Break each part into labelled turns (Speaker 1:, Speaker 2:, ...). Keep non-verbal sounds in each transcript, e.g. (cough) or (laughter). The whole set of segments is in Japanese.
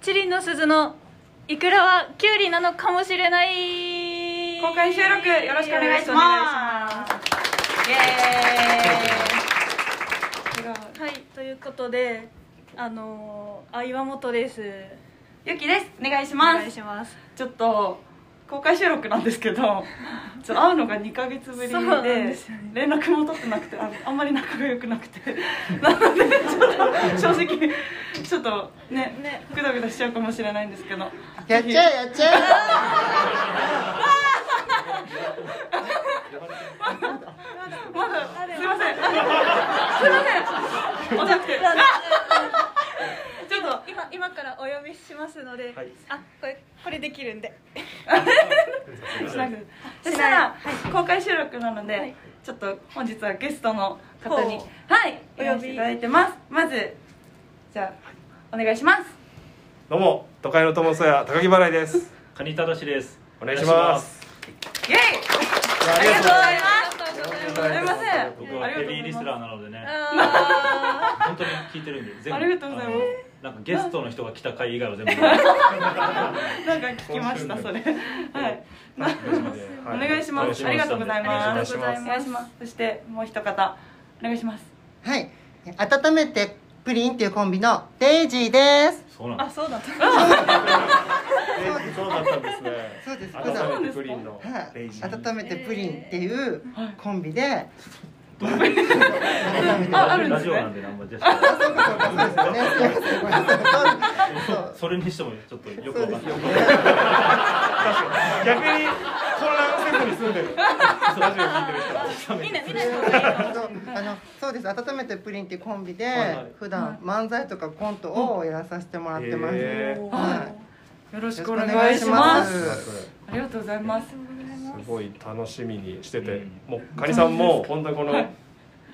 Speaker 1: チリンの鈴のイクラはキュウリなのかもしれない
Speaker 2: 公開収録よろしくお願いします
Speaker 1: イエーイはいということであのー、あ岩本です
Speaker 2: ゆきですお願いし
Speaker 1: お
Speaker 2: ま
Speaker 1: 願い
Speaker 2: す
Speaker 1: します
Speaker 2: ちょっと公開収録なんですけどちょ会うのが2か月ぶりで
Speaker 1: そうなんですよね
Speaker 2: 連絡も取ってなくてああんまり仲が良くなくてなのでちょっと正直ちょっとね
Speaker 1: ね
Speaker 2: グダグダしちゃうかもしれないんですけど
Speaker 3: やっちゃえやっちゃ
Speaker 2: まだすいませんすいませんおなくてちょっと
Speaker 1: 今今からお呼びしますので、
Speaker 4: はい
Speaker 1: あこれこれできるんで
Speaker 2: しなくてそしたら、公開収録なので、ちょっと本日はゲストの方に
Speaker 1: ほ
Speaker 2: はい
Speaker 1: お
Speaker 2: お
Speaker 1: 呼び
Speaker 2: 呼びいただいてますまずじゃあお願いします
Speaker 4: どうも都会の友さや高木払いです
Speaker 5: カニタダシです。
Speaker 4: お願いします
Speaker 2: イエイありがとうございます
Speaker 1: ありがとうございます
Speaker 2: すいません
Speaker 5: 僕はヘビーリスラー
Speaker 2: す
Speaker 5: なのでね、
Speaker 1: あ
Speaker 5: 本当に聞いてるんで、全
Speaker 2: ありがとうございます
Speaker 5: あのなんかゲストの人が来た回以外は全部。
Speaker 2: なんか聞きましたそれはいお願いしますありがとうございます
Speaker 4: お願いし
Speaker 2: お
Speaker 4: ま
Speaker 2: 願いしますそしてもう一方お願いします
Speaker 3: えはい温めてプリンっていうコンビのデイジーです
Speaker 5: す。そう
Speaker 1: ー
Speaker 5: な
Speaker 1: あ
Speaker 5: んです。
Speaker 1: そうだった
Speaker 4: すそうだったんですね
Speaker 3: そうです
Speaker 4: 温めてプリンの
Speaker 3: は
Speaker 4: レイジ
Speaker 3: い、温めてプリンっていうコンビ
Speaker 2: あ
Speaker 3: で、
Speaker 2: あるんで
Speaker 5: ラ
Speaker 2: す
Speaker 5: ジオな
Speaker 2: ね
Speaker 5: んで、なんもジェスチャー
Speaker 3: そうかそうかそうですよね。すいませんごめんなさいそう
Speaker 5: それにしても、ちょっとよくわかんない。
Speaker 4: 逆に混乱せずに済んでるラジオ聞いてる人は
Speaker 1: 見ない見ない方がいいかも
Speaker 3: そうあのそうです温めてプリンっていうコンビで、
Speaker 4: いはい
Speaker 3: 普段漫才とかコントをやらさせてもらってます、
Speaker 4: へー
Speaker 3: は
Speaker 2: よろ
Speaker 3: い、
Speaker 2: しくお願いします
Speaker 3: す
Speaker 2: ありがとうございます
Speaker 4: すごい楽しみにしてて
Speaker 5: うん
Speaker 4: もうカニさんも本当にこの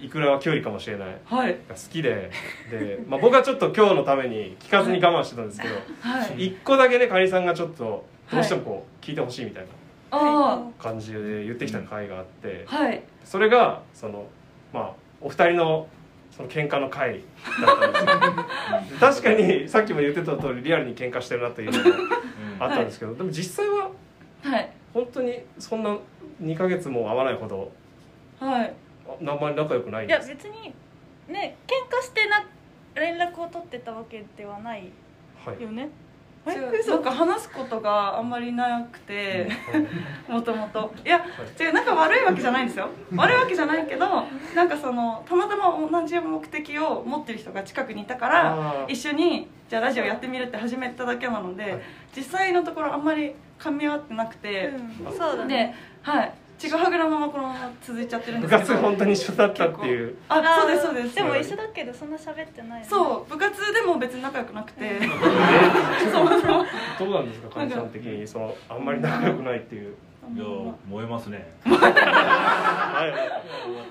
Speaker 4: いくらはキュウリかもしれない
Speaker 2: はい
Speaker 4: が好きでで、まあ、僕はちょっと今日のために聞かずに我慢してたんですけど
Speaker 2: はい
Speaker 4: 一個だけねかりさんがちょっとどうしてもこう聞いてほしいみたいな
Speaker 2: あ
Speaker 4: 感じで言ってきた回があって
Speaker 2: あはい
Speaker 4: それがそのまあお二人のその喧嘩の回だったんですよ確かにさっきも言ってた通りリアルに喧嘩してるなというのがあったんですけど、でも実際は
Speaker 2: はい
Speaker 4: 本当にそんな2ヶ月も会わないほど
Speaker 2: はい
Speaker 4: ああんまり仲良くないん
Speaker 1: いや
Speaker 4: です
Speaker 1: 別にね喧嘩してな連絡を取ってたわけではない
Speaker 4: はい
Speaker 1: よね
Speaker 2: 違うなんか話すことがあんまりなくてもともといや違うなんか悪いわけじゃないんですよ悪いわけじゃないけどなんかそのたまたま同じ目的を持ってる人が近くにいたから
Speaker 4: あー
Speaker 2: 一緒にじゃあラジオやってみるって始めただけなので、
Speaker 4: はい
Speaker 2: 実際のところあんまり噛み合ってなくて、
Speaker 1: うんそうだ
Speaker 2: で
Speaker 1: ね
Speaker 2: はいちぐはぐなままこのまま続いちゃってるん
Speaker 4: 部
Speaker 2: ですけ
Speaker 4: 活
Speaker 2: ど
Speaker 4: 本当に一緒だったっていう
Speaker 2: あそうです
Speaker 1: あ
Speaker 2: そ
Speaker 1: ー
Speaker 2: うです
Speaker 1: でも一緒だけどそんな喋ってないね
Speaker 2: そう部活でも別に仲良くなくて、 (laughs)
Speaker 4: どうなんですかかりさん的にそのあんまり仲良くないっていう
Speaker 5: いやー、燃えますね。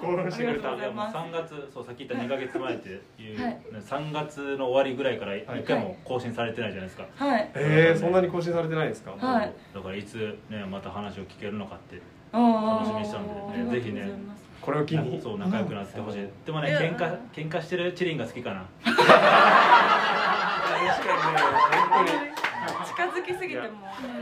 Speaker 4: 興奮してくれた
Speaker 2: ありがとうございます
Speaker 5: 3月そうさっき言った2か月前っていう、
Speaker 2: はい
Speaker 5: 3月の終わりぐらいから一回も更新されてないじゃないですか、
Speaker 2: はい
Speaker 4: えー、そんなに更新されてないんですか、
Speaker 2: はい
Speaker 5: だからいつ、ね、また話を聞けるのかって
Speaker 2: 楽
Speaker 5: 楽しみにしたんでねぜひね
Speaker 4: これを機に
Speaker 5: そう仲良くなってほしい、でもね
Speaker 1: うん
Speaker 5: 喧嘩喧嘩してるチリンが好きかな
Speaker 4: 確かにね
Speaker 2: 近づきすぎても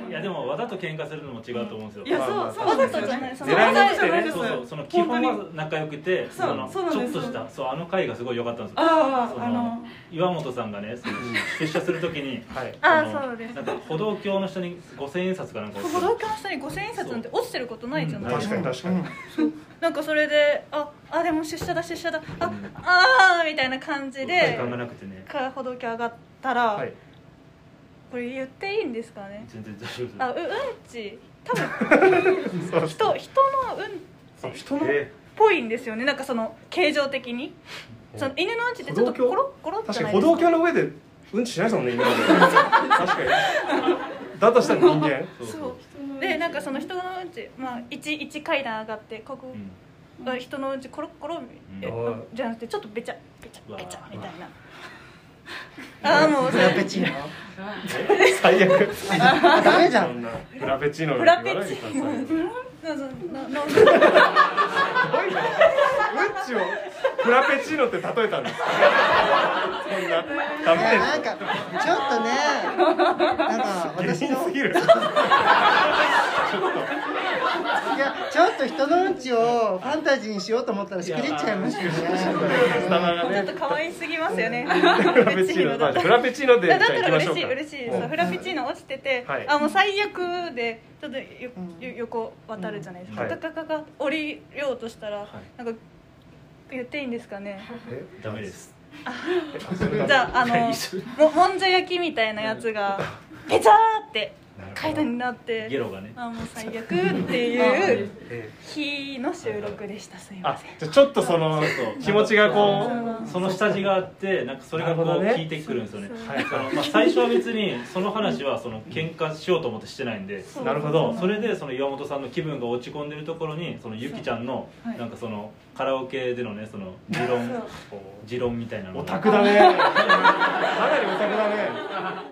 Speaker 5: いやでもわざと喧嘩するのも違うと思うんですよ
Speaker 2: いや
Speaker 4: まあまあ
Speaker 2: そうそ
Speaker 1: わ
Speaker 2: うな
Speaker 1: ざ
Speaker 2: んです
Speaker 1: とじ
Speaker 2: よ
Speaker 1: ゃ
Speaker 2: ね
Speaker 1: ないその
Speaker 4: 狙いに来てね
Speaker 2: わざとじゃないです
Speaker 5: そうそうその基本は仲良くて
Speaker 2: そう
Speaker 5: の
Speaker 2: そうなん
Speaker 5: ちょ
Speaker 2: で
Speaker 5: っ
Speaker 2: す
Speaker 5: としたそうあの回がすごい良かったんですよ
Speaker 2: あ
Speaker 5: そ
Speaker 2: あ
Speaker 5: の
Speaker 2: あの
Speaker 5: 岩本さんがねその出社するときに
Speaker 4: はい
Speaker 1: あ
Speaker 5: の
Speaker 1: ーそうです
Speaker 5: なんか歩道橋の下に五千円札かなんか落ち
Speaker 1: 歩
Speaker 5: てる
Speaker 1: 道橋の下に五千円札なんて落ちてることないじゃない、
Speaker 5: うんない
Speaker 4: 確かに確かに、
Speaker 1: なんかそれでああでも出社だ出社だあ、あーみたいな感じ
Speaker 5: 時
Speaker 1: で
Speaker 5: 間がなくてね
Speaker 1: か歩道橋上がったら、
Speaker 4: はい
Speaker 1: これ言っていいんですかね
Speaker 5: 全然大丈夫です
Speaker 1: あううんち多分
Speaker 4: そう
Speaker 1: 人 (laughs) 人のうん
Speaker 4: あ人の、
Speaker 5: え
Speaker 1: ぽいんですよねなんかその形状的にその犬のうんちってちょっと
Speaker 4: 歩道橋
Speaker 1: コロッコロッじ
Speaker 4: 確
Speaker 1: ゃな
Speaker 4: かに
Speaker 1: いで
Speaker 4: 歩
Speaker 1: す
Speaker 4: 道橋の上でうんちしないですもんね
Speaker 1: (laughs)
Speaker 4: 今まで確かにだとしたら人
Speaker 1: (laughs)
Speaker 4: 間
Speaker 5: そうそう
Speaker 1: そうでなんかその人のうんち、まあ、一一階段上がってここ
Speaker 5: う、ん
Speaker 1: あ人のうんちコロッコロ、え
Speaker 4: うん
Speaker 1: じゃなくてちょっとべちゃべちゃべちゃ
Speaker 5: うわ
Speaker 1: みたいなああーもうそれ
Speaker 3: ペチーノ
Speaker 4: 最悪
Speaker 3: あダメじゃ
Speaker 4: そ
Speaker 3: ん
Speaker 4: んなフラペチーノなんて言わないでくださいよ
Speaker 1: なななな
Speaker 4: すごいなうんちをフラペチーノって例えたんですかそんなダ
Speaker 3: い
Speaker 4: メ
Speaker 3: や
Speaker 4: です
Speaker 3: なんかちょっとねなんか
Speaker 4: 下
Speaker 3: 私
Speaker 4: 品
Speaker 3: の
Speaker 4: すぎる
Speaker 3: いやちょっと人のうんちをファンタジーにしようと思ったらしくれちゃいましたね
Speaker 4: スタバが
Speaker 1: ちょっ
Speaker 4: ね
Speaker 1: と可愛すぎますよね。
Speaker 4: フラペチーノバージョンフラペチーノでじゃ
Speaker 1: だだった
Speaker 4: あ行
Speaker 1: ら
Speaker 4: きまし
Speaker 1: 嬉
Speaker 4: ょう
Speaker 1: しい
Speaker 4: か
Speaker 1: 嬉しいです
Speaker 4: うん
Speaker 1: フラペチーノ落ちてて、
Speaker 4: はい
Speaker 1: あもう最悪でちょっとよよ横渡るじゃないですか、
Speaker 4: うん
Speaker 1: カカカカ降りようとしたら、
Speaker 5: は
Speaker 1: なんか言っていいんですかね
Speaker 4: え
Speaker 5: ダメです
Speaker 4: あそれダメ
Speaker 1: じゃああの
Speaker 5: いいっす
Speaker 1: ももんじゃ焼きみたいなやつ
Speaker 4: (laughs)
Speaker 1: がペチャーって
Speaker 4: なるほど
Speaker 1: 階段になって
Speaker 5: ゲロがね
Speaker 1: あもう最悪っていう
Speaker 4: え
Speaker 1: 日の収録でしたすい
Speaker 4: え
Speaker 1: ま
Speaker 4: あ
Speaker 1: せん
Speaker 4: じゃあちょっとその気持ちがこう
Speaker 5: その下地があってなんかそれがこう
Speaker 4: なるほどね
Speaker 5: 効いてくるんですよね
Speaker 1: そう
Speaker 4: はい
Speaker 5: あのまあ最初は別にその話はその喧嘩しようと思ってしてないんで
Speaker 1: そう
Speaker 4: なるほど
Speaker 5: それでその岩本さんの気分が落ち込んでるところにそのゆきちゃんの
Speaker 2: はい
Speaker 5: なんかそのカラオケでのねその持論持論みたいなのが
Speaker 4: オタクだねかなりオタクだね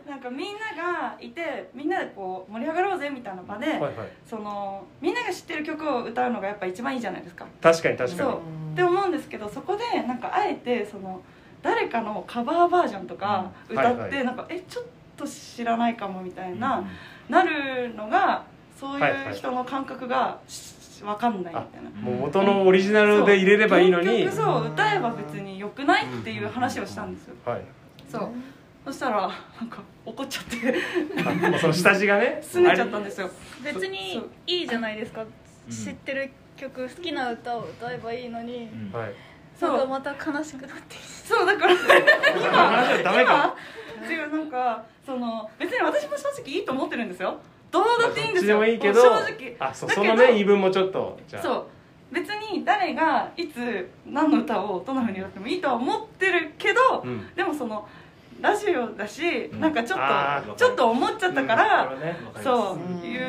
Speaker 2: なんかみんながいてみんなでこう盛り上がろうぜみたいな場で、
Speaker 4: はいはい
Speaker 2: そのみんなが知ってる曲を歌うのがやっぱ一番いいじゃないですか。
Speaker 4: 確かに確かに
Speaker 2: そうって思うんですけどそこでなんかあえてその誰かのカバーバージョンとか
Speaker 4: うん
Speaker 2: 歌って、
Speaker 4: はいはい
Speaker 2: なんかえちょっと知らないかもみた
Speaker 5: う
Speaker 2: い
Speaker 5: ん
Speaker 2: な、なるのがそう
Speaker 4: はい
Speaker 2: い
Speaker 4: は
Speaker 2: う
Speaker 4: い
Speaker 2: 人の感覚がしわかんないみたいな。
Speaker 4: もう元のオリジナルで入れればいいのに
Speaker 2: そう原曲そう歌えば別に良くないっていう話をしたんですよ
Speaker 4: はい
Speaker 2: そうそしたらなんか怒っちゃって
Speaker 4: あもうその下地がね
Speaker 2: 拗ねちゃったんですよ
Speaker 1: 別にいいじゃないですか
Speaker 5: ん
Speaker 1: 知ってる曲好きな歌を歌えばいいのに、
Speaker 5: うん
Speaker 4: はい
Speaker 1: そうかまた悲しくなってきて
Speaker 2: そうだから
Speaker 4: 今話はダメか
Speaker 2: 今っていうなんかその別に私も正直いいと思ってるんですよどうだっていいんです
Speaker 4: どっちで
Speaker 2: よ
Speaker 4: もいいけど
Speaker 2: 正直
Speaker 4: あそう
Speaker 2: だけ
Speaker 4: そ
Speaker 2: ど
Speaker 4: のね言い分もちょっとじゃあ
Speaker 2: そう別に誰がいつ何の歌をどんなふうに歌ってもいいとは思ってるけど、
Speaker 4: うん
Speaker 2: でもそのラジオだし、
Speaker 5: うん
Speaker 2: なんかちょ
Speaker 4: あ
Speaker 2: っ
Speaker 5: ー
Speaker 2: とちょっと思っちゃったから、
Speaker 4: うんなるほどね
Speaker 5: わかります
Speaker 2: そう
Speaker 3: うん
Speaker 2: 言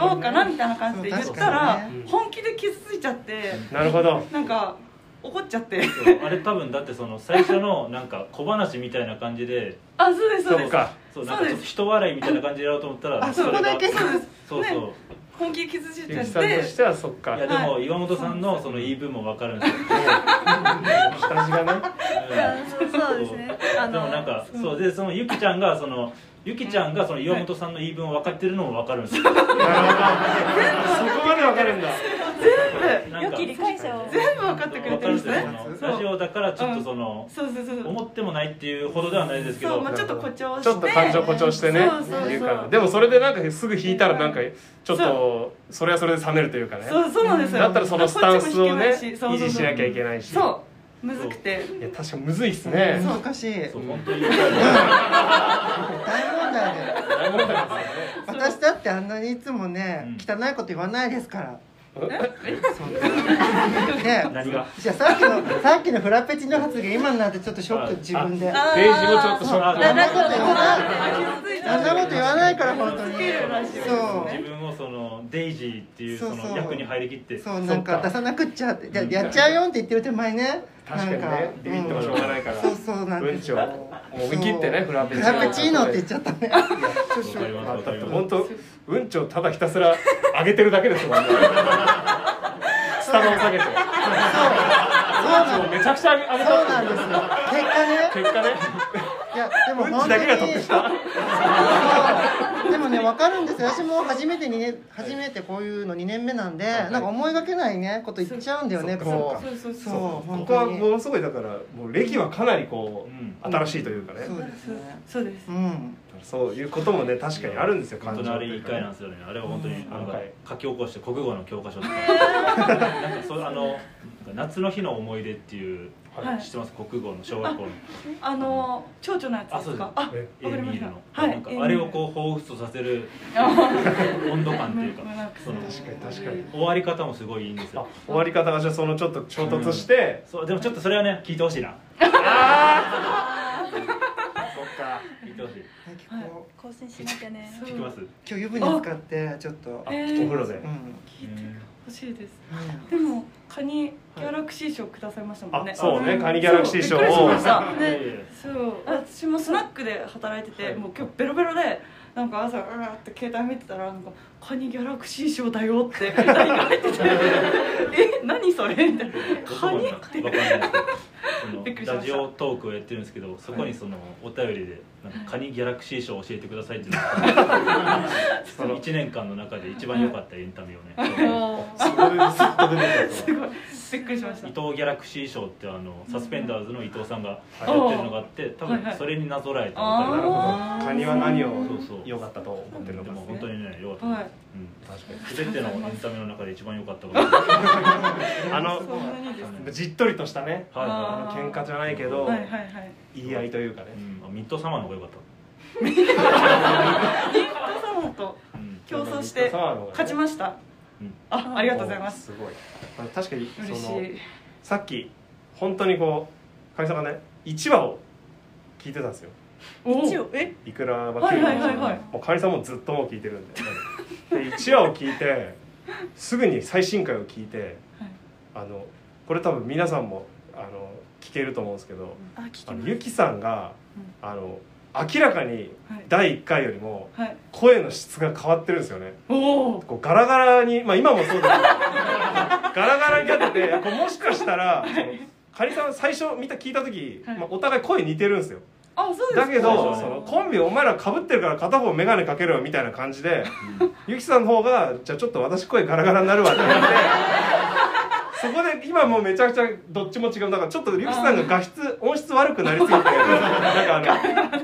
Speaker 2: おうかなみたいな感じで言ったら、
Speaker 3: うん
Speaker 4: うん
Speaker 2: 本気で傷ついちゃって
Speaker 4: なるほど
Speaker 2: なんか怒っちゃって
Speaker 5: そうあれ多分だってその最初のなんか小話みたいな感じで
Speaker 2: あそうですそう
Speaker 4: そ
Speaker 2: で
Speaker 4: う
Speaker 2: す
Speaker 4: か
Speaker 5: そうなんかちょっと人笑いみたいな感じでやろうと思ったら
Speaker 2: あそ
Speaker 5: れ
Speaker 2: こ
Speaker 5: が
Speaker 2: だけそうです
Speaker 5: そうそう、
Speaker 2: ね本気で傷つい
Speaker 4: ゆ
Speaker 2: ちゃ
Speaker 4: き
Speaker 2: っ
Speaker 4: さんと
Speaker 2: て
Speaker 4: してはそっか
Speaker 5: いやでも岩本さんのその言い分も分かる
Speaker 2: (laughs)
Speaker 5: んですよ、
Speaker 4: 下地がね
Speaker 5: う
Speaker 1: そう
Speaker 5: ん
Speaker 1: そうですねあ
Speaker 5: でもなんかそうでそのゆきちゃんがそのゆきちゃんがその岩本さんの言い分を分かってるのも分かるんですよ
Speaker 4: なるほどそこまでわかるんだ
Speaker 2: 全
Speaker 5: なん
Speaker 1: 良
Speaker 5: か
Speaker 1: き理解者を
Speaker 2: 部全部分かってくれてるんです
Speaker 5: 分
Speaker 2: ね
Speaker 5: かるんです
Speaker 2: そう
Speaker 5: よラジオだからちょっとその、
Speaker 2: そうそうそう
Speaker 5: 思ってもないっていうほどではないですけ
Speaker 2: そ
Speaker 5: ど
Speaker 2: う、まあ、ちょっと誇張して
Speaker 4: ちょっと感情誇張してね
Speaker 2: そうそうそう
Speaker 4: 言うからでもそれでなんかすぐ引いたらなんかちょっとそれはそれで冷めるというかね
Speaker 2: そうそうなんですよ
Speaker 4: だったらそのスタンスをね
Speaker 2: こっちも引けないそうそうそう
Speaker 4: 維持しなきゃいけないし
Speaker 2: そうむずくて
Speaker 4: いや確かむずいっすね
Speaker 3: そうおかしい大
Speaker 5: そう
Speaker 3: 問
Speaker 5: 本当に言うから
Speaker 3: 題だよ
Speaker 4: 大問題ですよね
Speaker 3: 私だってあんなにいつもね、汚いこと言わないです
Speaker 4: (laughs)
Speaker 3: から。ね、
Speaker 5: 何が
Speaker 3: じゃあさっきのさっきのフラペチーノ発言今になってちょっとショック
Speaker 5: あ
Speaker 3: 自分で。
Speaker 1: あー
Speaker 4: ページもちょっとショック
Speaker 3: あん
Speaker 4: だ
Speaker 3: な
Speaker 4: ね
Speaker 3: こと言わない。
Speaker 2: 傷ついち
Speaker 3: あ
Speaker 2: ゃ
Speaker 3: ん
Speaker 2: う
Speaker 3: なこと言わないから本当
Speaker 2: (laughs)
Speaker 3: に
Speaker 2: つけるラジオ。ですね
Speaker 3: そう
Speaker 5: 自分をそのデイジーっていうそ
Speaker 3: そうそ
Speaker 5: の
Speaker 3: う
Speaker 5: 役に入りきって
Speaker 3: そうなん
Speaker 4: そ
Speaker 3: か
Speaker 4: っか
Speaker 3: 出さなくっちゃってじゃあやっちゃうよって言ってる手前ね。
Speaker 4: 確かにねビビってもしょうがないから
Speaker 3: そうそうなん
Speaker 4: う
Speaker 3: で
Speaker 4: ん
Speaker 3: す
Speaker 4: ちを
Speaker 3: よ。
Speaker 4: もう思い切ってねフラペチーノ
Speaker 3: フラペチーノって言っちゃったね。
Speaker 5: わかりますわかりま
Speaker 4: 本当うんちをただひたすら上げてるだけですもんねスタバを下げて
Speaker 3: そうそう
Speaker 4: めちゃくちゃ上げ上げ
Speaker 3: そう
Speaker 4: た
Speaker 3: なんですよ。結果ね。
Speaker 4: 結果ね
Speaker 3: いやでも
Speaker 4: うん
Speaker 3: 本
Speaker 4: ち
Speaker 3: 当
Speaker 4: だ
Speaker 3: に
Speaker 4: けが取ってきた
Speaker 3: (laughs) でもね分かるんですよ私も初めてに、ね、初めてこういうの2年目なんで、
Speaker 4: はい
Speaker 3: なんか思いがけないねこと言っちゃうんだよね
Speaker 4: そっかそっ
Speaker 3: こ
Speaker 4: か
Speaker 2: そうそう
Speaker 3: う
Speaker 2: そう
Speaker 3: そう
Speaker 4: こ
Speaker 3: 本
Speaker 4: こは
Speaker 3: 当に
Speaker 4: ものすごいだからもう歴はかなりこう、
Speaker 5: う
Speaker 4: 新しいというかね、
Speaker 3: そうですね
Speaker 2: そうです
Speaker 3: うん
Speaker 4: そういうこともね確かにあるんですよ
Speaker 5: 本
Speaker 4: 感
Speaker 5: 当
Speaker 4: 情
Speaker 5: にあ
Speaker 4: と
Speaker 5: れ
Speaker 4: い
Speaker 5: 一
Speaker 4: う
Speaker 5: 回なん
Speaker 4: か
Speaker 5: ですよねあれは本当に
Speaker 4: ん
Speaker 5: なん
Speaker 4: は
Speaker 5: か
Speaker 4: い
Speaker 5: 書き起こして国語の教科書とかなんかそうあの「夏の日の思い出」っていう
Speaker 2: はい
Speaker 5: 知ってます国語の小学校の
Speaker 2: あの蝶々のやつ
Speaker 5: あ
Speaker 2: で
Speaker 5: そう
Speaker 2: す
Speaker 5: です
Speaker 2: かあ
Speaker 4: え
Speaker 5: エ
Speaker 2: わかり
Speaker 5: ー
Speaker 2: ま
Speaker 5: ミ
Speaker 2: し
Speaker 5: ー
Speaker 2: た
Speaker 5: ルの
Speaker 2: はい
Speaker 5: なんかあれをこう彷彿とさせる温度感って
Speaker 2: (laughs)
Speaker 5: いうかその
Speaker 4: 確かに確かに
Speaker 5: 終わり方もすごいいいんです
Speaker 4: あ
Speaker 5: よ
Speaker 4: 終わり方がじゃあそのちょっと衝突して、
Speaker 5: そうでもちょっとそれはね聞いてほしいな
Speaker 4: そっか
Speaker 5: 聞いてほしい
Speaker 3: はい結構
Speaker 1: 更新しなきゃね
Speaker 2: そう
Speaker 5: 聞きます
Speaker 3: 今日湯船使ってちょっと
Speaker 5: あ
Speaker 2: え
Speaker 4: お
Speaker 2: ー
Speaker 4: 風呂で
Speaker 3: うん
Speaker 5: うん
Speaker 2: 欲しいですでもカニギャラクシー賞くださいましたもんね、
Speaker 4: あそうね
Speaker 2: ん
Speaker 4: カニギャラクシー
Speaker 2: そ
Speaker 4: 賞
Speaker 2: うびっくりしました
Speaker 5: いや
Speaker 2: ね
Speaker 5: いやいや
Speaker 2: そう私もスナックで働いてて、
Speaker 5: はい
Speaker 2: もう今日ベロベロでなんか朝うわーって携帯見てたらなんか「カニギャラクシー賞だよ」って LINE が入ってて「え何それ?」みたいな「カニ?」って
Speaker 5: わかんな
Speaker 2: (laughs)
Speaker 5: いですけど
Speaker 2: びっくりし
Speaker 5: そ
Speaker 2: ました
Speaker 5: のラジオトークをやってるんですけどそこにそのお便りで「なんかカニギャラクシー賞を教えてください」っていう
Speaker 2: (laughs)
Speaker 5: のがその1年間の中で一番良かったエンタメをね
Speaker 4: そこでスッと出てきた
Speaker 2: すごいびっくりしまし
Speaker 5: 伊
Speaker 2: た
Speaker 5: 藤ギャラクシー賞ってあのサスペンダーズの伊藤さんがやってるのがあって多分それになぞらえた
Speaker 4: なる
Speaker 5: み
Speaker 4: ほど
Speaker 2: あー
Speaker 4: カニは何を
Speaker 5: そうそう
Speaker 4: 良かったと思ったてる
Speaker 5: いな
Speaker 4: の
Speaker 5: で
Speaker 4: か
Speaker 5: も本当にね良かった
Speaker 2: は
Speaker 5: で
Speaker 2: い
Speaker 5: す
Speaker 4: 確か
Speaker 5: うん全てのエンタメの中で一番良かったこと
Speaker 4: にあ
Speaker 2: そんな
Speaker 4: の
Speaker 2: にですね
Speaker 4: じっとりとしたね
Speaker 5: はい
Speaker 2: あ
Speaker 5: は
Speaker 2: ー
Speaker 4: 喧嘩じゃないけど、
Speaker 2: はいはいはい
Speaker 4: 言い合いというかね
Speaker 5: い、うんあミッドサマーの方が良かっ
Speaker 2: お父様と
Speaker 5: たうん
Speaker 2: 競争して勝ちました
Speaker 5: うん
Speaker 2: あありがとうございます
Speaker 4: すごいあの確かに
Speaker 2: 嬉し
Speaker 4: その
Speaker 2: い
Speaker 4: さっき本当にこうかみさんがね1話を聞いてたんですよ
Speaker 2: お
Speaker 1: 一応え
Speaker 4: いくらばっか
Speaker 2: は
Speaker 4: り
Speaker 2: い
Speaker 4: も
Speaker 2: はいはいはい
Speaker 4: もうかみさんもずっともう聞いてるんでで1話を聞いてすぐに最新回を聞いて、あのこれ多分皆さんもあの聞けると思うんですけど、
Speaker 1: あ聞き
Speaker 4: あ
Speaker 1: ま
Speaker 4: の
Speaker 1: す
Speaker 4: ゆきさんが、あの明らかに
Speaker 2: はい
Speaker 4: 第1回よりも
Speaker 2: はい
Speaker 4: 声の質が変わってるんですよね
Speaker 2: おお
Speaker 4: こうガラガラにまあ今もそうで
Speaker 2: (laughs)
Speaker 4: すけどガラガラになっててこうもしかしたらそのカニさん最初見た聞いた時、
Speaker 2: はい
Speaker 4: まあ、お互い声似てるんですよ
Speaker 2: あそうで
Speaker 4: だ
Speaker 2: す
Speaker 4: け
Speaker 5: そう
Speaker 4: ど
Speaker 5: です
Speaker 4: そ
Speaker 5: ね
Speaker 4: のコンビお前らかぶってるから片方眼鏡かけろよみたいな感じで (laughs)
Speaker 2: (laughs)
Speaker 4: ゆきさんの方がじゃあちょっと私声ガラガラになるわって言ってそこで今もうめちゃくちゃどっちも違うだからちょっとゆきさんが画質音質悪くなりすぎてなんかあのなんか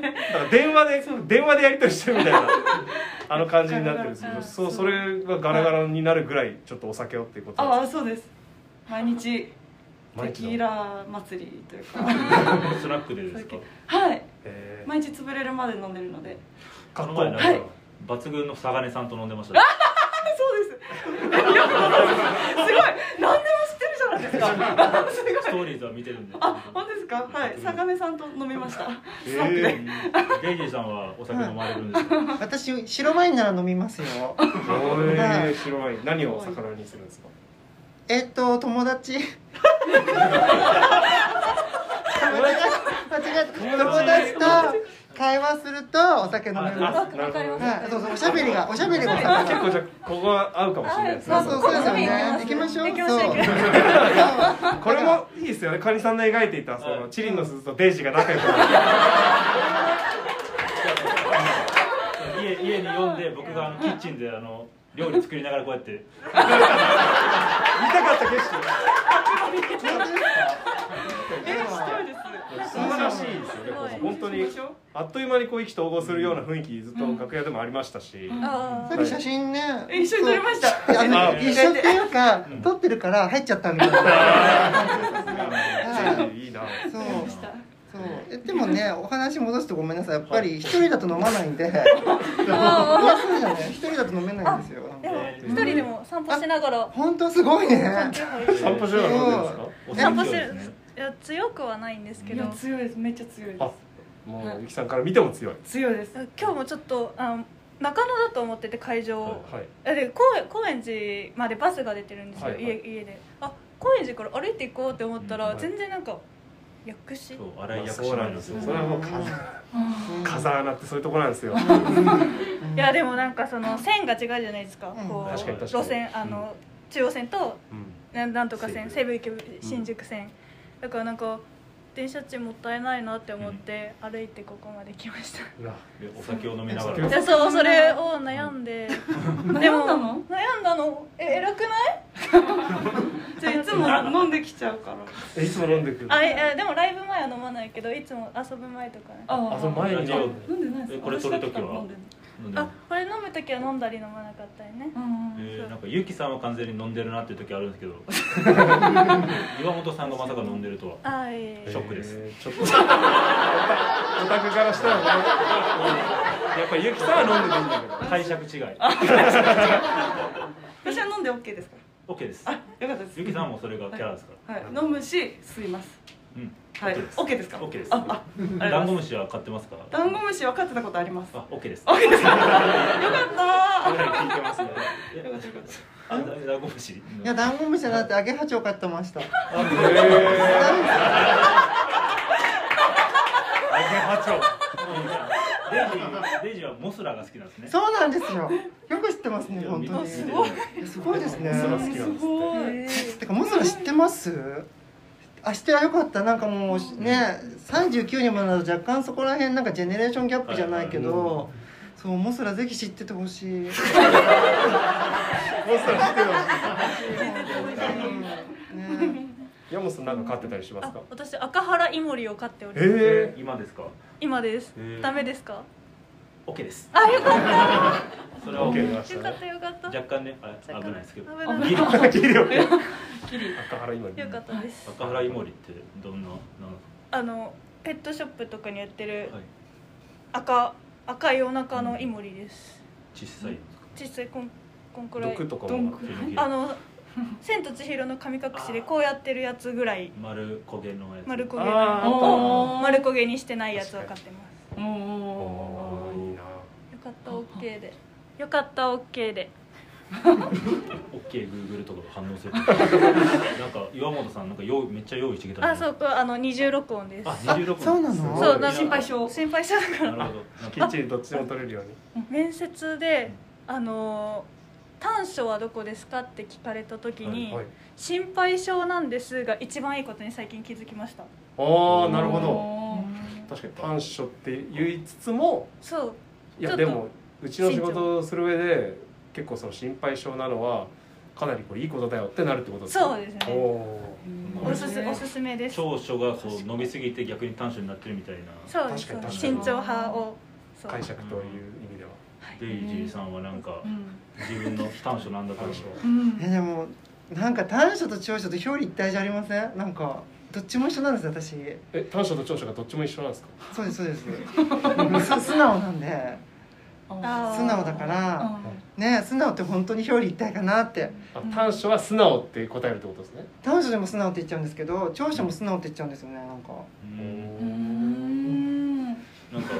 Speaker 4: 電話で電話でやり取りしてるみたいなあの感じになってるんですけ
Speaker 2: ガラガ
Speaker 4: ど
Speaker 2: ラ
Speaker 4: そう
Speaker 2: そう
Speaker 4: それがガラガラになるぐらいちょっとお酒をっていうこと
Speaker 2: あ
Speaker 4: で
Speaker 2: あそうです毎日
Speaker 4: 毎
Speaker 2: テ
Speaker 4: 日
Speaker 2: キ
Speaker 4: の
Speaker 2: ーラ祭りというか
Speaker 5: スナックでですか
Speaker 2: はい
Speaker 4: え
Speaker 2: 毎日潰れるまで飲んでるので
Speaker 4: ー、
Speaker 5: こ
Speaker 4: かっ
Speaker 5: の
Speaker 4: こい
Speaker 5: 前
Speaker 4: いな
Speaker 5: な
Speaker 4: ん
Speaker 5: か抜群の嵯峨根さんと飲んでましたね
Speaker 2: あそうです (laughs) ありがとうございますすごい何でも知ってるじゃないですか (laughs) す
Speaker 5: ス
Speaker 2: ごい
Speaker 5: トーリーズは見てるんで
Speaker 2: あ本当ですかはい坂根さんと飲みました
Speaker 4: え
Speaker 2: スナックで
Speaker 5: デイジーさんはお酒飲まれるんですか
Speaker 3: 私白ワインなら飲み (laughs) ますよ
Speaker 4: ー、えー、白ワイン何をお魚にするんですか
Speaker 3: えっと友達間違えた間違えた友達と会話するとお酒飲めます
Speaker 1: あわかりました
Speaker 3: はい、そうそう、おしゃべりが、おしゃべりがお
Speaker 4: あ
Speaker 3: 酒
Speaker 4: 結構じゃあここは合うかもしれないですね
Speaker 3: そうそう、そうですよね。行きましょう。そう。そう
Speaker 4: これもいいですよねカニさんの描いていたそのチリンの鈴とデイジーが仲良くなる
Speaker 5: 家家に呼んで僕があのキッチンであの料理作りながらこうやって
Speaker 4: 見たかった景色
Speaker 3: 本当ですか
Speaker 2: そうです
Speaker 4: 素晴らしいですよねここ本当にあっという間にこう意気投合するような雰囲気ずっと楽屋でもありましたし、
Speaker 5: (laughs)
Speaker 1: あ
Speaker 3: さっき写真ね。
Speaker 2: え一緒に撮りました
Speaker 3: そうあの
Speaker 4: あ
Speaker 3: 一緒っていうか、撮ってるから入っちゃったみたいな。
Speaker 2: (laughs)
Speaker 3: は
Speaker 4: うんいいな
Speaker 3: そう。そう
Speaker 2: でした
Speaker 3: えでもね、お話戻すとごめんなさい。やっぱり一人だと飲まないんで。いやそうじゃない。一人だと飲めないんですよ。
Speaker 1: でも一人でも散歩しながら
Speaker 3: 本当すごいね。
Speaker 4: 散歩しながら飲んでるんですか
Speaker 5: お
Speaker 1: 散歩
Speaker 5: 酒を
Speaker 1: す
Speaker 5: で
Speaker 1: る
Speaker 5: すね
Speaker 1: いや強くはないんですけ
Speaker 2: い
Speaker 1: ど
Speaker 2: や強いですめっちゃ強いで
Speaker 4: あもうゆきさんから見ても強い、
Speaker 2: す強いです
Speaker 1: 今日もちょっとあの中野だと思ってて会場を
Speaker 4: はい、
Speaker 1: えで高円高円寺までバスが出てるんですよ、
Speaker 4: はいはい
Speaker 1: 家家であ高円寺から歩いていこうって思ったら、
Speaker 4: うんはい
Speaker 1: 全然なんか薬師
Speaker 5: そう荒
Speaker 4: ま
Speaker 5: い
Speaker 4: あ
Speaker 5: 役
Speaker 4: そ
Speaker 5: 者
Speaker 4: うな
Speaker 5: なんん
Speaker 4: で
Speaker 5: ですす
Speaker 4: よ
Speaker 5: よ
Speaker 4: それはもう風風穴ってそういうとこなんですよ
Speaker 1: いやでもなんかその線が違うじゃないですか、
Speaker 3: うん
Speaker 1: こう
Speaker 4: 確かに確かに
Speaker 1: 路線あの、中央線と
Speaker 4: うん
Speaker 1: ななんとか線
Speaker 5: 西
Speaker 1: 西武池新宿線、だからなんか電車賃もったいないなって思って歩いてここまで来ま
Speaker 2: (laughs)
Speaker 1: した、
Speaker 4: な
Speaker 5: でお酒を飲みなが
Speaker 4: うん
Speaker 5: ら
Speaker 1: じゃあそうそれを悩んで、でも
Speaker 2: 悩んだの
Speaker 1: 悩んだのえ偉くない
Speaker 2: じゃあいつも飲んできちゃうから
Speaker 4: えいつも飲んでくる
Speaker 1: あええでもライブ前は飲まないけどいつも遊ぶ前とかねあ
Speaker 2: あ
Speaker 4: あその前に
Speaker 5: ラジ
Speaker 2: 飲んでないです
Speaker 5: えこれ撮る時
Speaker 2: 私だけ
Speaker 5: は
Speaker 2: 飲んでる
Speaker 5: 飲んでる
Speaker 1: これ飲む時は飲んだり飲まなかったりね
Speaker 2: うんうん
Speaker 5: えーなんかゆきさんは完全に飲んでるなっていう時あるんです
Speaker 2: (laughs)
Speaker 5: けど岩本さんがまさか飲んでるとは
Speaker 1: あーいえいえ
Speaker 5: ショックです
Speaker 4: えーちょっとオタオタクからしたらねやっぱりゆきさんは飲んでもいいんだけど
Speaker 5: 解釈違い
Speaker 2: 私は飲んで OK ですか
Speaker 5: OK です
Speaker 2: らあよかったです
Speaker 5: ゆきさんもそれがキャラですか
Speaker 2: はい、飲むし吸います
Speaker 5: うん
Speaker 2: はい。オッケーですか。
Speaker 5: OK です
Speaker 2: あ、あ、あり
Speaker 5: ダ
Speaker 2: が
Speaker 5: ン
Speaker 2: と
Speaker 5: ゴ
Speaker 2: うございます
Speaker 5: ムシは買ってますか
Speaker 2: ダンゴムシは飼ってたことあります。
Speaker 5: あ OK です
Speaker 2: オッケーですか。よかっ
Speaker 4: 聞いてますね
Speaker 5: いや
Speaker 2: た。よかったよかった。
Speaker 5: あダダンゴムシ
Speaker 3: いやダンゴムシじゃなくてアゲハチョウ飼ってました
Speaker 5: デイジーデイジーはモスラが好きなんですね
Speaker 3: そうなんですよよく知ってますね本当に
Speaker 5: す
Speaker 3: す
Speaker 5: ごい
Speaker 3: ごいですね
Speaker 4: モスラ好きなんですって
Speaker 3: てかモスラ知ってますあ知ってはよかったなんかもうね39にもなると若干そこら辺なんかジェネレーションギャップじゃないけど、
Speaker 5: はいは
Speaker 3: そうモスラぜひ知っててほしいモス
Speaker 4: モスラ知ってる
Speaker 3: ね
Speaker 4: 山本さんなんか飼ってたりします
Speaker 1: あ
Speaker 4: か
Speaker 1: 私赤原イモリを飼っております
Speaker 4: え
Speaker 5: 今ですか
Speaker 1: 今です
Speaker 5: へー
Speaker 1: ダメですか
Speaker 5: OK です
Speaker 1: あよかっ
Speaker 5: それ
Speaker 4: え
Speaker 5: は OK
Speaker 4: 出
Speaker 5: で
Speaker 4: ま
Speaker 1: た
Speaker 5: す
Speaker 1: よかったよかった
Speaker 5: 若干ねあ危ないですけど
Speaker 1: 危ない
Speaker 5: ギリ
Speaker 4: 赤原今に
Speaker 1: よかったです
Speaker 5: 赤原イモリってどんななん
Speaker 1: あのペットショップとかに売ってる
Speaker 5: はい
Speaker 1: 赤赤いお腹のイモリです
Speaker 5: 小さいの
Speaker 1: 小さいこんこんくらい
Speaker 4: 毒とか
Speaker 2: どん
Speaker 4: も
Speaker 2: く
Speaker 1: あの「千と千尋の神隠し」でこうやってるやつぐらい
Speaker 5: 丸焦げのやつ
Speaker 1: 丸焦げ
Speaker 4: あー
Speaker 1: の
Speaker 2: あった
Speaker 1: 丸焦げにしてないやつを買ってます
Speaker 2: お
Speaker 4: あ
Speaker 2: お
Speaker 4: ーいいな
Speaker 1: よかったオッケーでよかったオッケーで
Speaker 5: OK グーグルとかが反応するなんか岩本さんなんか用意めっちゃ用意してきたね
Speaker 1: あそうこれあの二重録音です
Speaker 5: あ26
Speaker 3: そうなの
Speaker 5: すごい
Speaker 1: そうなの
Speaker 2: 心配性
Speaker 1: 心配したから
Speaker 5: なるほどなん
Speaker 4: きっ
Speaker 5: か
Speaker 4: ちりどっちでも取れるように
Speaker 1: 面接であの短所はどこですかって聞かれた時に、
Speaker 4: はい
Speaker 1: 心配性なんですが一番いいことに最近気づきました
Speaker 4: ああなるほど
Speaker 2: ど。
Speaker 4: 確かに短所って言いつつも
Speaker 1: そう
Speaker 4: い
Speaker 1: ちょっ
Speaker 4: や
Speaker 1: と
Speaker 4: でもうちの仕事をする上で結構その心配性なのはかなりこういいことだよってなるってことですね
Speaker 1: そうですね
Speaker 4: お
Speaker 5: うん
Speaker 1: おすすおすすめです
Speaker 5: 長所がこう伸びすぎて逆に短所になってるみたいな
Speaker 1: そうです
Speaker 4: 確かに確か
Speaker 1: 慎
Speaker 4: に
Speaker 1: 重派をそ
Speaker 4: ー
Speaker 1: う
Speaker 4: 解釈という意味では
Speaker 5: デイジーさんはなんか
Speaker 2: うん。
Speaker 5: 自分の短所なんだから
Speaker 4: 短所
Speaker 2: うん
Speaker 3: えでもなんか短所と長所と表裏一体じゃありませんなんかどっちも一緒なんです私
Speaker 4: え短所と長所がどっちも一緒なんですか
Speaker 3: そうですそうですす素直なんで
Speaker 1: あー
Speaker 3: 素直だから
Speaker 2: うん
Speaker 3: ね素直って本当に表裏一体かなって
Speaker 4: あ短所は素直って答えるってことですね
Speaker 3: 短所でも素直って言っちゃうんですけど長所も素直って言っちゃうんですよねなんか
Speaker 5: うん
Speaker 2: うん
Speaker 5: なんか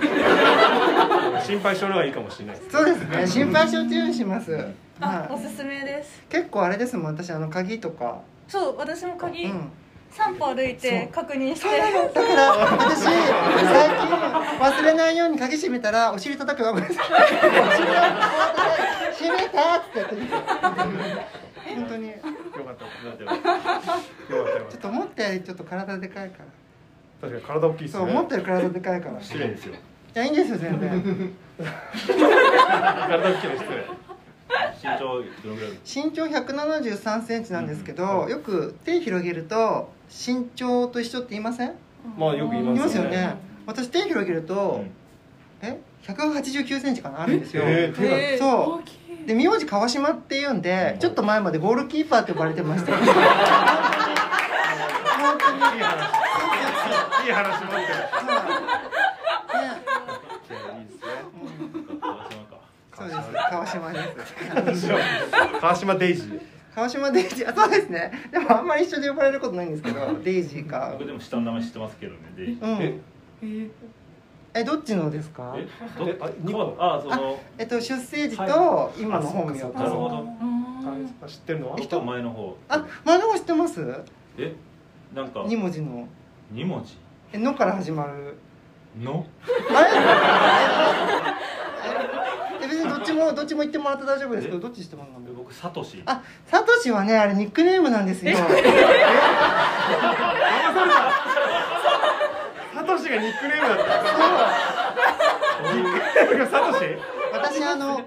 Speaker 4: 心配性の方がいいかもしれないですね
Speaker 3: そうですね心配性っていうようにします、
Speaker 1: あお
Speaker 3: は
Speaker 1: すすめです
Speaker 3: い、結構あれですもん私あの鍵とか、
Speaker 1: そう私も
Speaker 3: う
Speaker 1: 鍵
Speaker 3: ん、
Speaker 1: 散歩歩いて確認して
Speaker 3: だから私最近忘れないように鍵閉めたらお尻叩くのごめんなさい (laughs) お尻を叩いて閉めたってやってみて本当に
Speaker 4: よかったよか
Speaker 5: なんていうか
Speaker 4: ったよかっ
Speaker 3: ちょ
Speaker 4: た
Speaker 3: っと思ったよりちょっと体でかいから
Speaker 4: 確かに体大きいです
Speaker 3: そう
Speaker 4: ね
Speaker 3: 思ったより体でかいからい
Speaker 5: 失礼ですよ
Speaker 3: やいいんですよ全然
Speaker 4: 体大きいの失礼
Speaker 5: 身長どのぐらい
Speaker 3: 身長1 7 3センチなんですけどよく手広げると身長と一緒って言いません
Speaker 4: まあよく言い
Speaker 3: いま
Speaker 4: ます
Speaker 3: よね。私手広げると、
Speaker 5: うん
Speaker 3: え189センチかなあるんですよ。
Speaker 4: えー手が
Speaker 2: えー
Speaker 3: そう
Speaker 2: 大きい
Speaker 3: で名字川島っていうんで、
Speaker 5: うん
Speaker 3: ちょっと前までゴールキーパーって呼ばれてました。本当に。
Speaker 4: いい話いい話持ってる
Speaker 3: はいね
Speaker 4: いやいいですね
Speaker 5: 川
Speaker 3: そ
Speaker 5: 島か
Speaker 3: うです川島です。
Speaker 4: 川島川島デイジー
Speaker 3: 川島デイジーあそうですね。でもあんまり一緒で呼ばれることないんですけどデイジーか
Speaker 5: 僕。でも下の名前知ってますけどねデイジー
Speaker 3: うん。
Speaker 2: え
Speaker 3: えどっちのですか？
Speaker 5: え
Speaker 4: えあ二
Speaker 5: ど
Speaker 4: 個
Speaker 5: ああその
Speaker 3: えっと出生時と今の
Speaker 4: あそっ
Speaker 3: 本
Speaker 4: か
Speaker 3: 名
Speaker 4: そっ
Speaker 3: と。
Speaker 4: か
Speaker 5: なるほど
Speaker 2: ー
Speaker 4: あ知ってるのは
Speaker 5: 一個前の方
Speaker 3: あ前の方知ってます？
Speaker 5: えなんか
Speaker 3: 二文字の
Speaker 5: 二文字
Speaker 3: えのから始まる。
Speaker 5: の
Speaker 3: あれえ別にどっちもどっちも言ってもらって大丈夫ですけどどっちしてもらう
Speaker 5: で
Speaker 3: の
Speaker 5: 僕サトシ
Speaker 3: あサトシはねあれニックネームなんですよ
Speaker 4: サトシがニックネームだっ
Speaker 3: そう
Speaker 4: たニックネームがサトシ
Speaker 3: 私あの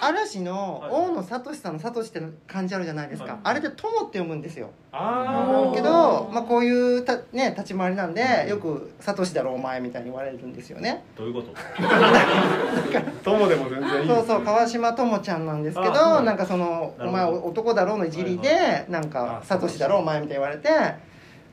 Speaker 3: 嵐の大野サトシさんのサトシって漢字あるじゃないですか、
Speaker 5: はい
Speaker 3: あれで友って読むんですよ
Speaker 4: ああ
Speaker 3: けど、まあ、こういうた、ね、立ち回りなんでよく「サトシだろお前」みたいに言われるんですよね
Speaker 5: どういうこと
Speaker 3: (laughs)
Speaker 4: 友でも全然いい
Speaker 3: そうそう川島友ちゃんなんですけど
Speaker 5: あそうなんだ
Speaker 3: なんかその「お
Speaker 5: なるほど
Speaker 3: 前男だろ」のいじりで、
Speaker 5: はい
Speaker 3: なん
Speaker 4: あ
Speaker 3: か「
Speaker 4: そ
Speaker 3: サ
Speaker 4: うそ
Speaker 3: ト
Speaker 4: う
Speaker 3: シだろお前」みたいに言われて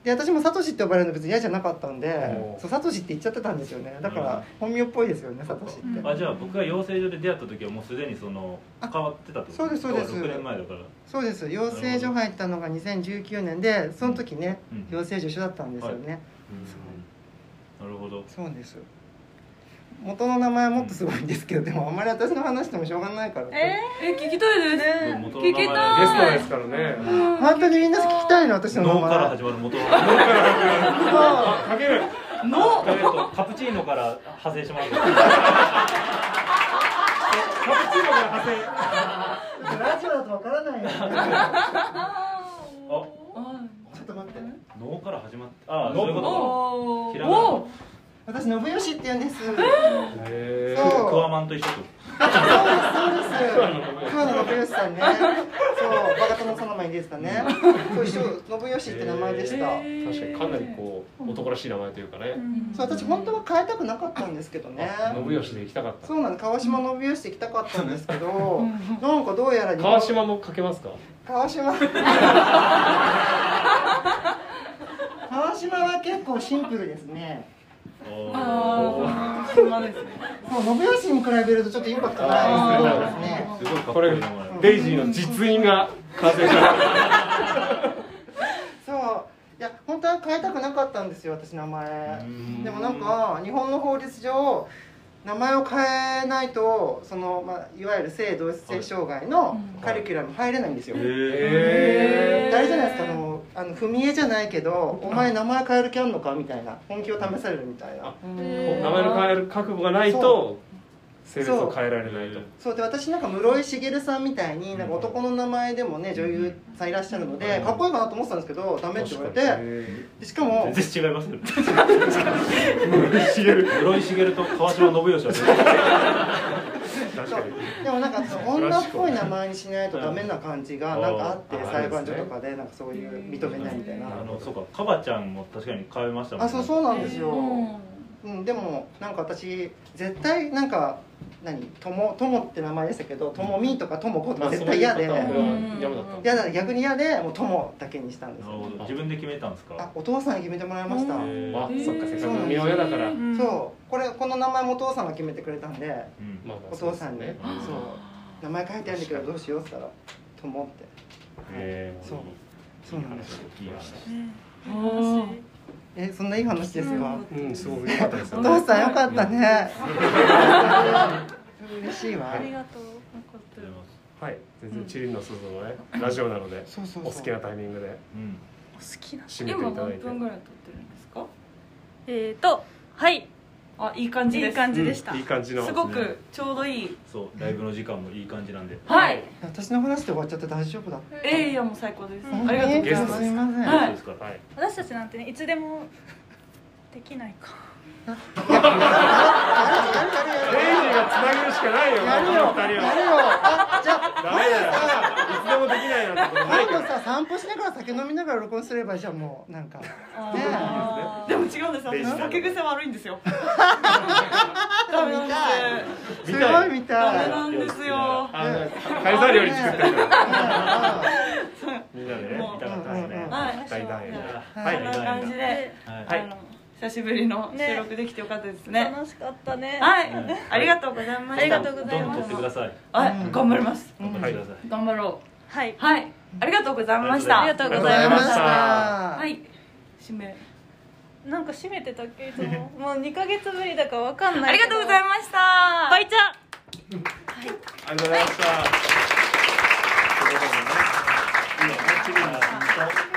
Speaker 3: で私もサトシって呼ばれるの別に嫌じゃなかったんで
Speaker 4: お
Speaker 3: そうサトシって言っちゃってたんですよねだか
Speaker 5: うん
Speaker 3: ら本名っぽいですよねサトシって、
Speaker 1: うん
Speaker 5: あじゃあ僕が養成所で出会った時はもうすでにその
Speaker 3: あ
Speaker 5: 変わってたってこと
Speaker 3: そうですそうです
Speaker 5: 6年前だから
Speaker 3: そうです養成所入ったのが2019年でその時ね、
Speaker 5: うん
Speaker 3: 養成所一緒だったんですよね、
Speaker 5: なるほど
Speaker 3: そうです元の名前はもっとすごいんですけど、でもあんまり私の話してもしょうがないから、
Speaker 1: え
Speaker 2: え聞きたいです
Speaker 1: ー、ね
Speaker 5: 元の名前
Speaker 1: 聞き
Speaker 4: ゲスト
Speaker 1: た
Speaker 4: で
Speaker 1: い
Speaker 4: すからね。
Speaker 3: 本当にみんな聞きたいの私の名
Speaker 5: 脳
Speaker 3: 前
Speaker 5: から始まる元の
Speaker 4: あかける。
Speaker 2: の
Speaker 5: えっとカプチーノから派生します
Speaker 4: カプチーノから派
Speaker 3: ラジオだとわからないよ、ね、
Speaker 5: あ
Speaker 2: あ
Speaker 3: ちょっと待って
Speaker 5: 脳から始まってああ
Speaker 4: 脳
Speaker 5: そういうこ
Speaker 2: お
Speaker 5: ひ
Speaker 2: ー
Speaker 5: らがな
Speaker 2: お
Speaker 3: 私信義って言うんですそうです
Speaker 4: 生。へ
Speaker 5: と
Speaker 3: そう
Speaker 5: クワマンと一緒と
Speaker 3: そうです今日の信義さんねそうバカ殿様前に出てたねそう一緒信義って名前でした、
Speaker 2: え
Speaker 4: 確かにかなり
Speaker 2: う
Speaker 4: こう男らしい名前というかね。
Speaker 3: そう私本当は変えたくなかったんですけどね
Speaker 4: 信義で行きたかった。
Speaker 3: そうなの川島信義って行きたかったんですけど、
Speaker 2: ん
Speaker 3: なんかどうやら日本
Speaker 4: 川島もかけますか。
Speaker 3: 川島川島は結構シンプルですね
Speaker 5: おー
Speaker 2: ああそうですね
Speaker 3: もう信義に比べるとちょっとインパクトないですね
Speaker 5: すごいかっ
Speaker 4: こ
Speaker 5: こい
Speaker 4: れ
Speaker 5: い名前
Speaker 4: デイジーの実印が風から。
Speaker 3: そういや本当は変えたくなかったんですよ私名前でもなんか日本の法律上名前を変えないとその、まあ、いわゆる性同一性障害のカリキュラム入れないんですよ、
Speaker 4: へ
Speaker 3: あれじゃないですかあのあの踏み絵じゃないけど「お前名前変える気あんのか?」みたいな本気を試されるみたいな
Speaker 4: あ
Speaker 2: え
Speaker 4: 名前の変える覚悟がないと性別を変えられないと。
Speaker 3: そうで私なんか室井茂さんみたいになんか男の名前でもね女優さんいらっしゃるのでかっこいいかなと思ってたんですけどダメって言われて
Speaker 4: へ
Speaker 3: でしかも
Speaker 5: 全然違い
Speaker 3: (laughs)
Speaker 5: ますよ
Speaker 4: ー茂る。
Speaker 5: 室井茂と川島信義は全然
Speaker 4: 確
Speaker 3: そ
Speaker 4: か
Speaker 3: う
Speaker 4: に。
Speaker 3: でもなんかその女っぽい名前にしないとダメな感じがなんかあって
Speaker 4: うん
Speaker 3: 裁判所とかでなんかそういう認めないみたいな
Speaker 5: あのそうかカバちゃんも確かに変えましたもん
Speaker 3: あそうそうなんですよ、
Speaker 2: う
Speaker 3: うん、でもなんか私絶対なんか何ともともって名前でしたけどともみとかともこと
Speaker 4: ま
Speaker 3: か
Speaker 4: あ
Speaker 3: 絶対嫌で
Speaker 4: そういうパタ
Speaker 2: ん
Speaker 4: ーンは嫌だっ
Speaker 3: 嫌だ逆に嫌でもうともだけにしたんです
Speaker 5: なる
Speaker 3: よ
Speaker 5: ほど自分で決めたんです
Speaker 3: あ
Speaker 5: か
Speaker 3: お父さんに決めてもらいました、
Speaker 2: うん
Speaker 5: へー
Speaker 4: た。あ
Speaker 5: ま
Speaker 4: そっかせっかくの身親だから。
Speaker 1: ん
Speaker 3: そうこれこの名前もお父さんが決めてくれたんで
Speaker 5: うん
Speaker 4: まあまあ
Speaker 3: お父さんに、
Speaker 4: ね。
Speaker 5: うん
Speaker 3: そう名前書いてあるんだけどどうしようって言ったら「とも」って
Speaker 5: へー
Speaker 3: そうそうなんです
Speaker 5: いい話
Speaker 1: ね
Speaker 2: おー
Speaker 3: えそんないい話ですか、
Speaker 4: うんすごく良かったです
Speaker 3: お
Speaker 4: よ。
Speaker 3: 父さんよかったね
Speaker 1: ありがとうなんか
Speaker 3: 嬉しいわ
Speaker 5: ありがとうございます
Speaker 4: はい。全然チリンの鈴のねラジオなので
Speaker 3: そうそうそ
Speaker 4: お
Speaker 3: う
Speaker 4: 好きなタイミングで
Speaker 5: うん
Speaker 1: お好きな
Speaker 4: 締めて
Speaker 2: 今
Speaker 4: いただい
Speaker 2: 何
Speaker 4: て。
Speaker 2: 分ぐらい撮ってるんですか
Speaker 1: えーとはい
Speaker 2: あいい感じ
Speaker 1: い
Speaker 2: です
Speaker 1: い感じでした、
Speaker 4: うんいい感じの。
Speaker 2: すごくちょうどいい
Speaker 5: そうライブの時間もいい感じなんで
Speaker 2: はい
Speaker 3: 私の話で終わっちゃって大丈夫だった
Speaker 2: えいやもう最高です、
Speaker 1: うん
Speaker 2: ありがとうござい
Speaker 4: ゲストで
Speaker 2: ますす
Speaker 3: すいません、
Speaker 2: はい
Speaker 5: そうですから
Speaker 4: はい。
Speaker 1: 私たちなんてねいつでもできないか
Speaker 4: レイジーがつなげるしかないよ。
Speaker 3: やるよ
Speaker 4: この二人
Speaker 3: や
Speaker 4: は。
Speaker 3: るよあじゃあ
Speaker 4: ダメだよ。いつでもできないなんてことないか
Speaker 3: 今度
Speaker 4: ら。
Speaker 3: さ散歩しながら酒飲みながら録音すればいいじゃんもうなんか
Speaker 1: あー
Speaker 2: でも違うんです
Speaker 4: レイ
Speaker 2: 私
Speaker 4: ジー
Speaker 2: 酒癖悪いんですよダメなんです
Speaker 3: 見す
Speaker 4: 見た
Speaker 3: ご
Speaker 4: い
Speaker 3: い見
Speaker 2: ダ
Speaker 3: た
Speaker 2: メ
Speaker 3: い
Speaker 2: なんですよ
Speaker 4: あのカニサ料理作ってるから。
Speaker 3: う
Speaker 4: みんなでね。
Speaker 2: もう
Speaker 5: 見たかったですね
Speaker 3: うん
Speaker 2: はい
Speaker 4: 大団円。
Speaker 3: は
Speaker 4: はいい。
Speaker 2: こんな感じで、
Speaker 5: は
Speaker 4: はい
Speaker 2: あの久しぶりの収録できてよかったですね
Speaker 1: 楽しかったね
Speaker 2: はい、
Speaker 5: うん
Speaker 2: ありがとうございました
Speaker 1: ありがとうござい
Speaker 5: どんどん
Speaker 1: ます
Speaker 5: 撮ってください
Speaker 2: はい、頑張ります
Speaker 5: 頑張ってください
Speaker 2: 頑張ろ
Speaker 1: はい、
Speaker 2: うはいありがとうございました
Speaker 5: あり
Speaker 1: がとう
Speaker 3: ありが
Speaker 1: ご
Speaker 3: とう
Speaker 1: ざ
Speaker 3: ござ
Speaker 1: い
Speaker 3: い
Speaker 1: ま
Speaker 3: ま
Speaker 1: し
Speaker 3: したた
Speaker 2: はい締め
Speaker 1: なんか閉めてたっけいつももう2ヶ月ぶりだからわかんない
Speaker 2: ありがとうござい
Speaker 1: ま
Speaker 2: ました
Speaker 1: バイちゃん
Speaker 4: ありがとうございました。ということでね今ねチリンの鈴と